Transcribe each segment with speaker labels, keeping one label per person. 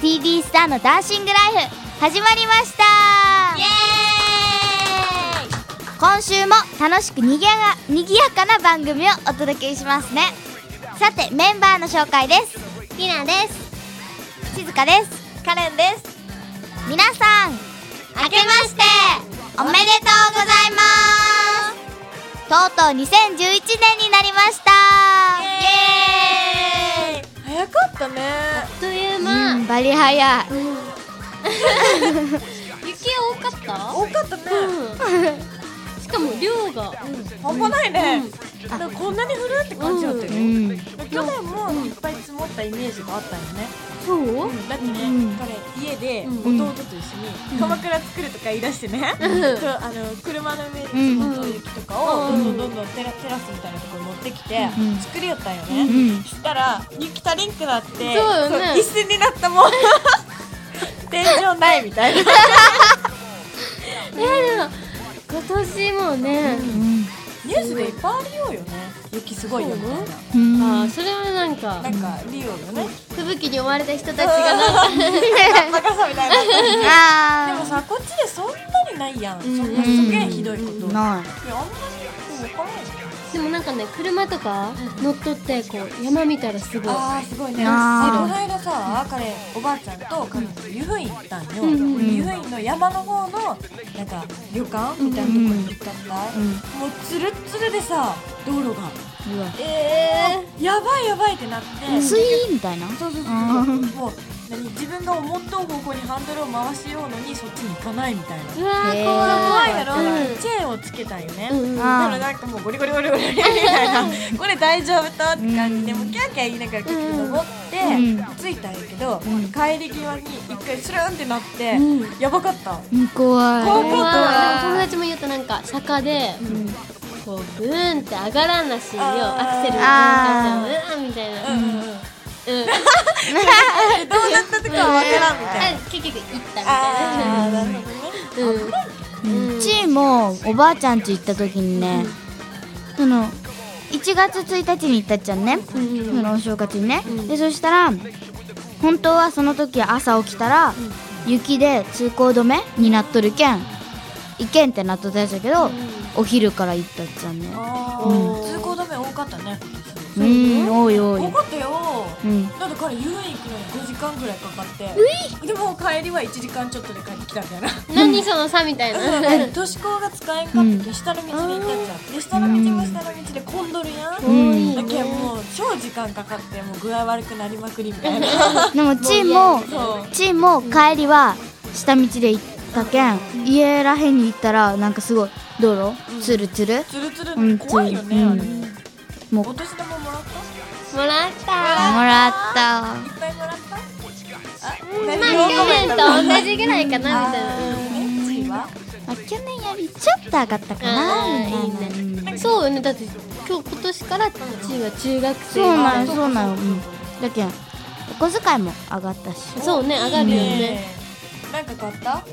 Speaker 1: TV スターのダンシングライフ始まりました
Speaker 2: イエーイ
Speaker 1: 今週も楽しくにぎやがにぎやかな番組をお届けしますねさてメンバーの紹介です
Speaker 2: りなです
Speaker 1: 静香です
Speaker 2: カレンです
Speaker 1: 皆さん
Speaker 2: 明けまして
Speaker 1: おめでとうございますとうとう2011年になりました
Speaker 2: イエーイ
Speaker 3: 早かったね
Speaker 2: という
Speaker 1: うん、バリ早い
Speaker 2: 雪多かった
Speaker 3: 多かったね、
Speaker 2: うんしかも量が
Speaker 3: 半端ないね、なんかこんなに降るって感じだったよ、
Speaker 1: うん
Speaker 3: 去年もいっぱい積もったイメージがあったよね、
Speaker 2: そう
Speaker 3: だってね、彼家で
Speaker 2: うん
Speaker 3: 弟と一緒に鎌倉作るとか言い出してね、そう あの車の上に積もった雪とかを
Speaker 2: う
Speaker 3: ど
Speaker 2: ん
Speaker 3: んどんどんどんテラテラスみたいなところに持ってきて
Speaker 1: うん
Speaker 3: 作りよったんよ
Speaker 1: う
Speaker 3: ね、
Speaker 1: ん
Speaker 3: そしたら雪足りんくなってそう
Speaker 2: よね
Speaker 3: 一瞬になったもん 天井ないみたいな
Speaker 2: えでも今年もね
Speaker 3: ニュースでいっぱいありようよね雪すごいよみたいな
Speaker 1: うん
Speaker 2: あーそれはなんか
Speaker 3: なんかリオのね、
Speaker 2: 吹雪に追われた人たちがなんか
Speaker 3: 高さみたいな。でも
Speaker 1: あ
Speaker 3: さ、こっちでそんなにないやん。そんなすげえひどいこと。
Speaker 1: ー
Speaker 3: いや、あんま
Speaker 1: ない
Speaker 3: り起こらないじゃん。
Speaker 2: でもなんかね車とか乗っとってこう山見たらすごい
Speaker 3: あーすごいね。こ
Speaker 1: あー
Speaker 3: の間さ、彼おばあちゃんと彼女湯布院行ったんよ。
Speaker 2: うん
Speaker 3: 湯布院の山の方のなんか旅館みたいなとこに行ったった。
Speaker 1: うん
Speaker 3: もうつるつるでさ、道路が
Speaker 1: うわ
Speaker 2: え
Speaker 3: やばいやばいってなって。
Speaker 1: スイーみたいな
Speaker 3: そうそうそう
Speaker 1: あ
Speaker 3: そう。もう何自分が思った方向にハンドルを回しようのにそっちに行かないみたいな。
Speaker 2: うわ
Speaker 1: へ
Speaker 2: ー
Speaker 1: ー
Speaker 2: 怖い
Speaker 3: 怖いだろ、
Speaker 2: うん
Speaker 3: チェーンをつけたんよね、
Speaker 2: うんうん
Speaker 3: だからなんかもうゴリゴリゴリゴリみたいなこれ大丈夫とって感じでもうキャーキャー言いながら結局登って、着いたんやけど、
Speaker 1: ん
Speaker 3: 帰り際に一回スルンってなって、
Speaker 2: うん
Speaker 3: やばかった
Speaker 1: うん怖い
Speaker 3: 怖
Speaker 2: 怖い
Speaker 3: かった
Speaker 2: 友達も言うとなんか坂でこうブーンって上がらんらしいよ
Speaker 3: あー
Speaker 2: アクセルの感じうわーみたいな
Speaker 3: う
Speaker 2: うんん
Speaker 3: うんうんどうなったとかは分からんみたいな
Speaker 2: あ結局行ったみた
Speaker 3: あーなるほどね
Speaker 2: いなうん
Speaker 1: うちもおばあちゃんち行った時にね、その1月1日に行ったっちゃんね、そのお正月にね、でそしたら本当はその時朝起きたら、雪で通行止めになっとるけん行けんってなっとったやつだけど、お昼から行ったっちゃんね
Speaker 3: あー
Speaker 2: うん
Speaker 3: 通行止め多かったね今
Speaker 1: う
Speaker 3: 年
Speaker 1: んおいおい
Speaker 3: 多かったよ
Speaker 1: うん
Speaker 3: だって彼遊園行くのに5時間ぐらいかかってでも帰りは1時間ちょっとで帰ってきたんだよ な
Speaker 2: 何その差みたいな
Speaker 3: 都市高が使えんかって下の道に行ったっちゃうで下の道も下の道で混んどるやん、
Speaker 1: うん
Speaker 3: だけどもう超時間かかってもう具合悪くなりまくりみたいな
Speaker 1: でもチーも
Speaker 3: そう
Speaker 1: チーも帰りは下道で行ったけん、家らへんに行ったらなんかすごい道路ツルツル
Speaker 3: つるつる
Speaker 1: うん
Speaker 3: 怖いよね、
Speaker 1: うん
Speaker 3: あれ
Speaker 1: もう
Speaker 3: お年玉もらった
Speaker 2: もらった
Speaker 1: もらった
Speaker 3: いっぱいもらったあ、
Speaker 2: まあ
Speaker 3: 何
Speaker 2: 去年と
Speaker 3: あ
Speaker 2: 同じぐらいかなみたいなうん
Speaker 3: ーね次は
Speaker 1: まあ、去年よりちょっと上がったかな
Speaker 2: あー
Speaker 1: みたいないうん
Speaker 2: そうよねだって今日今年からチーは中学生
Speaker 1: そうなん
Speaker 2: で
Speaker 1: そうなんうんだけんお小遣いも上がったし
Speaker 2: そうね上がるよね
Speaker 3: なんか買ったあ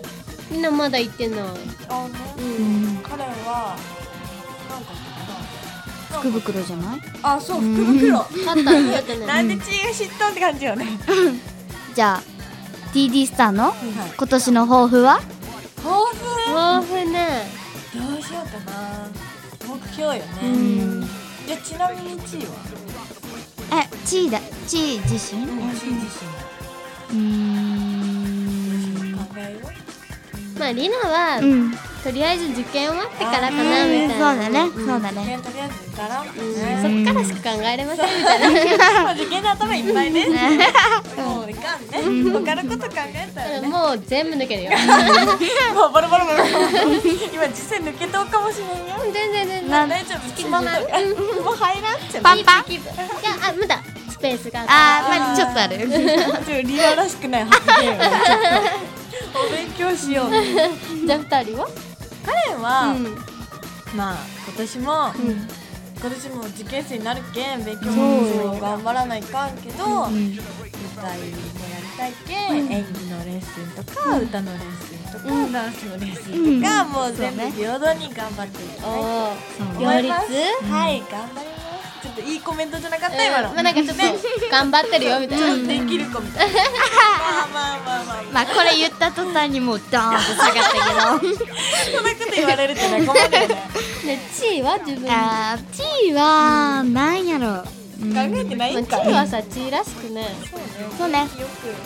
Speaker 2: みんなまだ行ってんの
Speaker 3: ーね、
Speaker 2: うん
Speaker 3: 彼はなんか買ったか
Speaker 1: 福
Speaker 3: な
Speaker 1: 袋じゃない
Speaker 3: あ、そう、福袋
Speaker 2: 買ったのだってね
Speaker 3: なんでチーが知ったって感じよね。
Speaker 1: じゃあ TD スターの
Speaker 3: はい。
Speaker 1: 今年の抱負は
Speaker 3: 抱
Speaker 2: 豊富ね
Speaker 3: 負どうしようかな。目標よね。じゃちなみにチーは
Speaker 1: えチーだチー自身
Speaker 3: チー自
Speaker 1: うーん
Speaker 3: 身の考えよ
Speaker 2: まありなは、
Speaker 1: うん
Speaker 2: とりあえず受験終わってからかなみ
Speaker 1: そう
Speaker 2: たいな、
Speaker 1: だねそうだ
Speaker 3: う。
Speaker 1: ね
Speaker 3: ねとりあえず受からんもん
Speaker 2: うん
Speaker 3: ね。
Speaker 2: そっからしか考えれませんみたいな
Speaker 3: もう受験の頭いっぱいね。もういかんね。他のこと考えたらね。
Speaker 2: もう全部抜けるよ
Speaker 3: もうボロボロボロ。今実際抜けとうかもしれんよ。
Speaker 2: 全然全然
Speaker 3: 大丈夫。隙間ない。 もう入らんじゃん。
Speaker 1: パンパン
Speaker 2: いやあまだスペースが
Speaker 1: あーまあちょっとある
Speaker 3: ちょっとリアらしくない発言をねちょっとお勉強しよう
Speaker 2: じゃあ二人は
Speaker 3: カレンは、
Speaker 2: うん
Speaker 3: まあ今年も、今年も受験生になるけん勉強も頑張らないかんけど、
Speaker 1: ん
Speaker 3: 舞台もやりたいけん、演技のレッスンとか、歌のレッスンとか、ダンスのレッスンとか、もう全部平等に頑張っていきたいと
Speaker 2: お
Speaker 3: 思
Speaker 2: 両
Speaker 3: い
Speaker 2: 立
Speaker 3: ます、はい頑張りますちょっといいコメントじゃなかった今の、
Speaker 2: まあなんかちょっと頑張ってるよみたいな
Speaker 3: できる子みたいな。まあまあまあまあ
Speaker 1: まあこれ言った途端にもうドーンと下がったけど
Speaker 3: そんなこと言われるとね困るよね
Speaker 4: で地位は自分で
Speaker 1: あー地位はなんやろう、うん、
Speaker 3: 考えてないんか
Speaker 4: まあ地位はさ地位らしくね
Speaker 3: そう
Speaker 1: そうね
Speaker 3: よ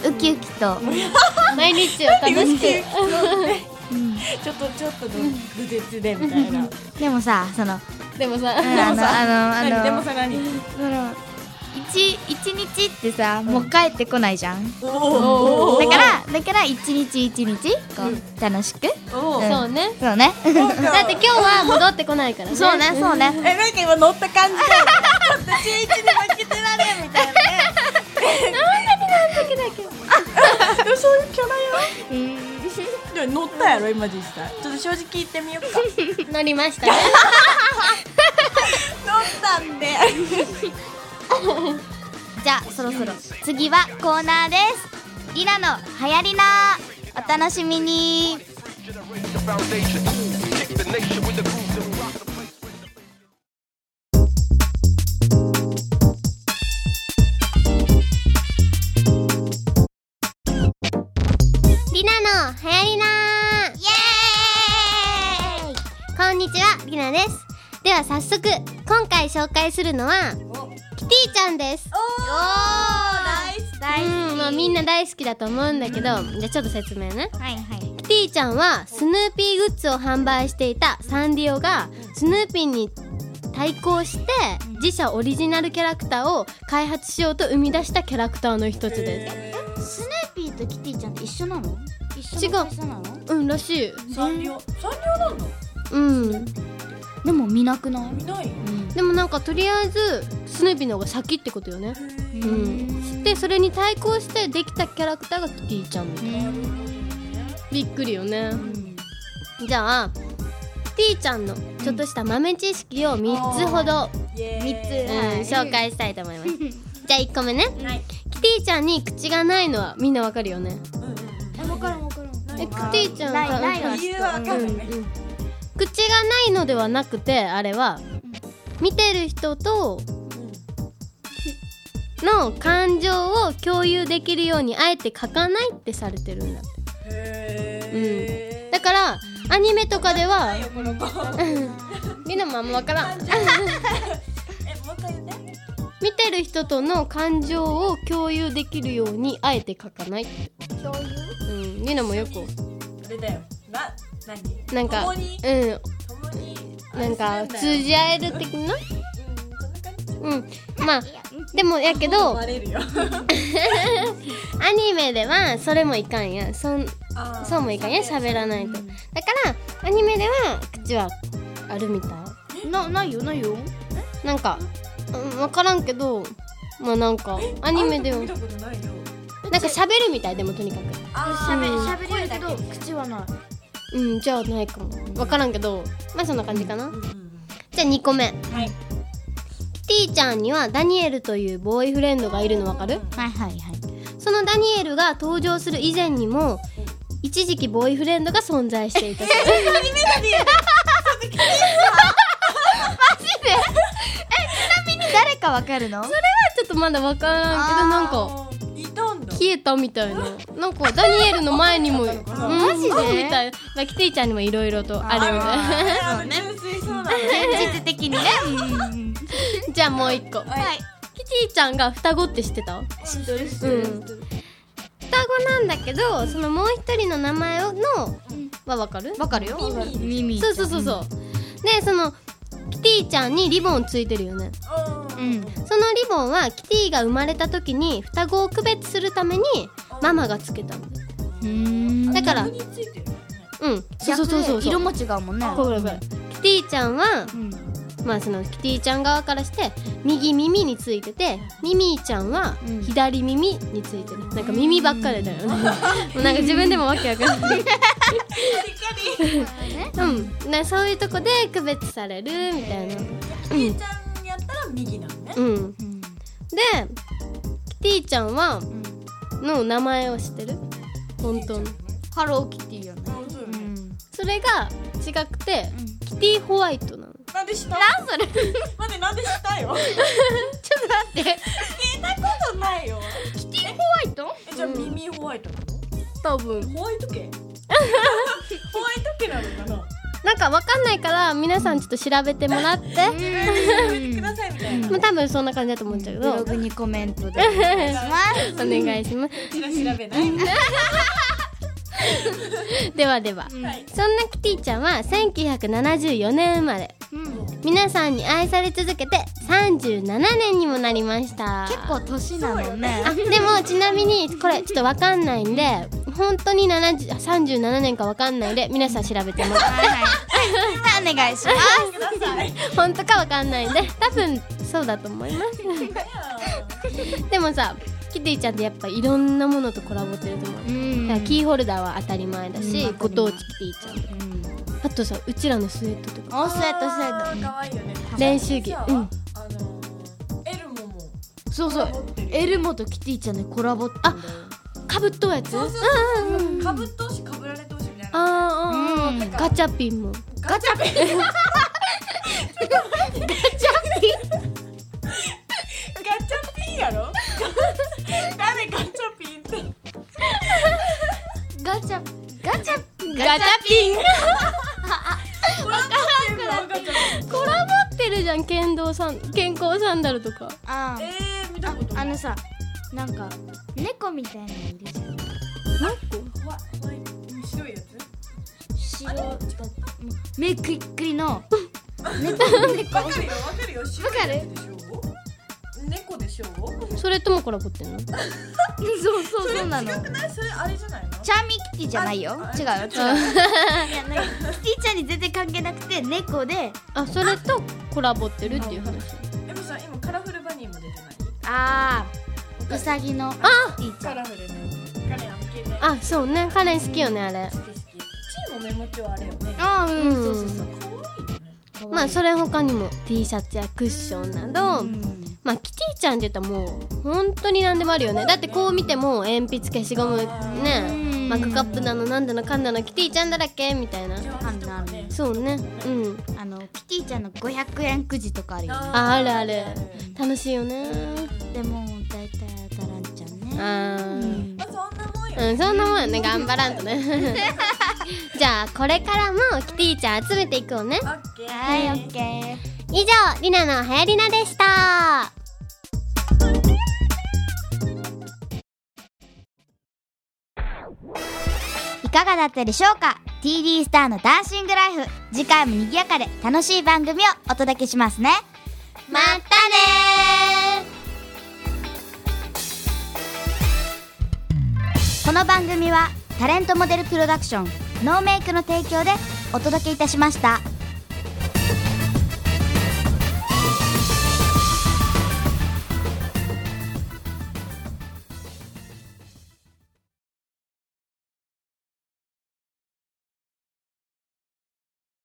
Speaker 3: く
Speaker 1: ウキウキと、
Speaker 4: 毎日を楽しく
Speaker 1: うん
Speaker 3: ちょっとちょっと無絶でみたいな
Speaker 1: でもさその
Speaker 4: でもさ、
Speaker 1: うんあのあのあ
Speaker 3: 何
Speaker 1: の
Speaker 3: でもさ何
Speaker 1: その一一日ってさもう帰ってこないじゃん
Speaker 3: お
Speaker 4: お
Speaker 1: だからだから一日一日こ
Speaker 3: うん
Speaker 1: う楽しく
Speaker 3: お
Speaker 1: ん
Speaker 4: そうね
Speaker 1: そうね
Speaker 3: そうか
Speaker 4: だって今日は戻ってこないからね
Speaker 1: そうねそうね
Speaker 3: えなんか今乗った感じだよねちょっと中一で負けてられんみたいなねなんだけなんだけだけそういうキャラよでも乗ったやろ今実際ちょっと正直言ってみよう か乗 っ
Speaker 4: 乗りま したね
Speaker 3: たんで
Speaker 1: じゃあそろそろ次はコーナーですリナの流行りなお楽しみに
Speaker 5: the foundation. Kick the nation with the groove that rock the place.
Speaker 2: リナの流行りなーイエーイこんにちは、リナです。では早速、今回紹介するのは、キティちゃんです。
Speaker 4: うんまあみんな大好きだと思うんだけどじゃあちょっと説明ね
Speaker 1: はいはい
Speaker 2: キティちゃんはスヌーピーグッズを販売していたサンリオがスヌーピーに対抗して自社オリジナルキャラクターを開発しようと生み出したキャラクターの一つで
Speaker 1: ス
Speaker 2: す。
Speaker 1: ヌーピーとキティちゃんって一緒なの一
Speaker 2: 緒の会
Speaker 1: 緒なの
Speaker 2: うんらしい。
Speaker 3: サンリオサンリオなんだ
Speaker 2: うん。
Speaker 1: でも見なくない
Speaker 3: 見ない
Speaker 2: でもなんかとりあえずスヌーピーの方が先ってことよね。うん。でそれに対抗してできたキャラクターがキティちゃんみたいな。びっくりよね。じゃあキティちゃんのちょっとした豆知識を三つほど。
Speaker 3: イエ
Speaker 1: 三つ
Speaker 3: ーイ
Speaker 2: うん、紹介したいと思いますじゃあ1個目ね
Speaker 3: はい
Speaker 2: キティちゃんに口がないのはみんなわかるよね
Speaker 3: うんうん
Speaker 1: 分からん分からん
Speaker 3: うん
Speaker 2: えキティちゃん
Speaker 1: ない
Speaker 2: が
Speaker 1: ないは
Speaker 3: 理由はわかんないね
Speaker 2: うん口がないのではなくてあれは見てる人との感情を共有できるようにあえて書かないってされてるんだって
Speaker 3: へ
Speaker 2: だからアニメとかでは
Speaker 3: ーこの子
Speaker 2: みんなもあんまわからん
Speaker 3: えもう一回言って
Speaker 2: 見てる人との感情を共有できるようにあえて書かないってうんみんなもよく
Speaker 3: あれだよな何
Speaker 2: なんか
Speaker 3: 共
Speaker 2: う
Speaker 3: に
Speaker 2: ん
Speaker 3: 共に
Speaker 2: なんか
Speaker 3: 愛する
Speaker 2: 通
Speaker 3: んだよ
Speaker 2: じ合える的な
Speaker 3: うんそんな感じ
Speaker 2: うんまあでもやけどア
Speaker 3: バレるよ
Speaker 2: ニメではそれもいかんやんそん
Speaker 3: あー
Speaker 2: そうもいかんやん喋らないとだからアニメでは口はあるみた
Speaker 1: なないよないよ
Speaker 2: いなんか、うん、分からんけどまあなんかアニメでは
Speaker 3: 見たことないよ
Speaker 2: なんか喋るみたいでもとにかく
Speaker 3: あ
Speaker 1: 喋
Speaker 2: うん
Speaker 1: り喋れるけど口はない
Speaker 2: うんじゃあないかも分からんけどまあそんな感じかなじゃあ2個目
Speaker 3: はい
Speaker 2: キティちゃんにはダニエルというボーイフレンドがいるのわかる
Speaker 1: はいはいはい
Speaker 2: そのダニエルが登場する以前にも一時期ボーイフレンドが存在して いたそう
Speaker 1: 誰かわかるのそれ
Speaker 2: ちょっとまだ分からんけどなんか
Speaker 3: あーいたんだ
Speaker 2: 消えたみたいななんかダニエルの前にもマ
Speaker 1: マジで
Speaker 2: みたいなまあキティちゃんにもいろいろとあるみたいな
Speaker 3: あるね純粋そうなのね
Speaker 1: 現実的に ねうん
Speaker 2: じゃあもう一個
Speaker 3: はい
Speaker 2: キティちゃんが双子って知ってた
Speaker 3: 知ってる知っ
Speaker 2: うん双子なんだけどそのもう一人の名前をのは分かる
Speaker 1: わかるよ
Speaker 3: 耳
Speaker 1: 耳
Speaker 2: そうそうそうそう、でそのキティちゃんにリボンついてるよね
Speaker 1: う
Speaker 3: うん
Speaker 1: ん
Speaker 2: そのリボンはキティが生まれた時に双子を区別するためにママがつけたんだよ
Speaker 1: うーん
Speaker 2: だから
Speaker 3: 逆についてる
Speaker 2: うんそうそうそうそう
Speaker 1: 逆で色も違うもんね
Speaker 2: これこれキティちゃんは
Speaker 1: うん
Speaker 2: まあそのキティちゃん側からして右耳についててミミィちゃんは
Speaker 1: うん
Speaker 2: 左耳についてる、なんか耳ばっかりだよ ねもうなんか自分でもわけわかんないうんねそういうとこで区別されるみたいな
Speaker 3: キリちゃんやったら右なのね
Speaker 2: うん
Speaker 1: うん
Speaker 2: でキティちゃんはの名前を知ってる本当の
Speaker 1: ハローキティよね
Speaker 3: あそうよね
Speaker 2: それが違くて、
Speaker 1: うん
Speaker 2: キティホワイトなの
Speaker 3: なんで知った
Speaker 1: あそれ
Speaker 3: 待ってなんで知ったよ
Speaker 1: ちょっと待って
Speaker 3: 聞いたことないよ
Speaker 1: キティホワイ人
Speaker 3: えじゃあ耳ホワイトなの
Speaker 2: 多分
Speaker 3: ホワイト 系ホワイト系なのかな
Speaker 2: なんかわかんないから皆さんちょっと調べてもらって
Speaker 3: くださいみたいな
Speaker 2: まあ多分そんな感じだと思っちゃうけ
Speaker 1: ブ
Speaker 2: ど
Speaker 1: ロ
Speaker 2: お
Speaker 1: グにコメントでお願いします
Speaker 2: 願いします
Speaker 3: うちら調べない
Speaker 2: ではでは、
Speaker 3: はい
Speaker 2: そんなキティちゃんは1974年生まれ皆さんに愛され続けて37年にもなりました
Speaker 1: 結構年なのね
Speaker 2: あでもちなみにこれちょっとわかんないんで本当に70あ37年かわかんないんで皆さん調べてもらっ
Speaker 1: はいお願いします
Speaker 3: ください
Speaker 2: て本当かわかんないんで多分そうだと思いますでもさキティちゃんってやっぱいろんなものとコラボしてると思う、
Speaker 1: うん
Speaker 2: だからキーホルダーは当たり前だし、
Speaker 1: うん
Speaker 2: ご当地キティちゃんとかあとさうちらのスウェットとか
Speaker 1: オスウェットスウェ
Speaker 3: あー
Speaker 1: ット
Speaker 3: 可愛いよね
Speaker 2: 練習着
Speaker 3: さ
Speaker 2: うん
Speaker 3: あのーエルモも
Speaker 1: そうそうエルモとキティちゃんでコラボってんだよ
Speaker 2: かぶっとうやつ
Speaker 3: そうそうそうそうかぶってほしいかぶられてほしいみたいな
Speaker 2: あーあー、あー
Speaker 1: うん
Speaker 2: ガチャピンも
Speaker 3: ガチャピンガチャピンガチャピンやろ誰ガチャピンって
Speaker 1: ガチャガチャ
Speaker 2: ガチャピン
Speaker 3: コラボってるのガチャピン
Speaker 2: コラボってるじゃん剣道さん健康サンダルとか
Speaker 1: あー
Speaker 3: えー見たこと
Speaker 1: あ
Speaker 3: ない
Speaker 1: のさなんか猫みたいなのいるじゃん
Speaker 3: ほわほわ白いやつ
Speaker 1: 白だ目くりっくりの猫
Speaker 3: わかるよわかるよ白いやつでしょ猫でしょ
Speaker 2: それともコラボってん の
Speaker 1: そうそうそうなの
Speaker 3: 違くないそれあれじゃないの
Speaker 1: チャーミーキティじゃないよ
Speaker 3: あ
Speaker 1: 違う違う
Speaker 3: 違う
Speaker 1: いやなんかキティちゃんに全然関係なくて猫で
Speaker 2: あそれとコラボってるっていう話
Speaker 3: エムさん今カラフルバニーも出てない
Speaker 1: ああウサギのキティちゃ
Speaker 3: カ
Speaker 1: ん
Speaker 3: ラフルな彼あの携帯
Speaker 2: あそうねカレン好きよねあれ
Speaker 3: 好き好きチームメモ帳あれよね
Speaker 1: あーうん
Speaker 2: うん
Speaker 1: そうそうそう
Speaker 3: 可愛いよね
Speaker 1: かわいい
Speaker 2: まあそれ他にも T シャツやクッションなど、
Speaker 1: うん
Speaker 2: まあキティちゃんって言ったらもう本当に何でもあるよねだってこう見ても鉛筆消しゴム
Speaker 1: うん
Speaker 2: ねマグカップなのなんだのかんだのキティちゃんだらけみたいな
Speaker 3: 上手とかね
Speaker 2: そうねうん
Speaker 1: あのキティちゃんの500円くじとかあるよね
Speaker 2: ああるある楽しいよね
Speaker 1: でも大体当たらんちゃうね
Speaker 2: あー
Speaker 3: まあそんなもんよ
Speaker 2: うん、そんなもんよね、頑張らんとね。じゃあ、これからもキティちゃん集めていこうね
Speaker 3: オ。ッケー
Speaker 1: はいオッケー
Speaker 2: 以上、りなのはやりなでした。
Speaker 1: いかがだったでしょうか TD スターのダンシングライフ次回も賑やかで楽しい番組をお届けしますね
Speaker 2: またね
Speaker 1: この番組はタレントモデルプロダクションノーメイクの提供でお届けいたしました。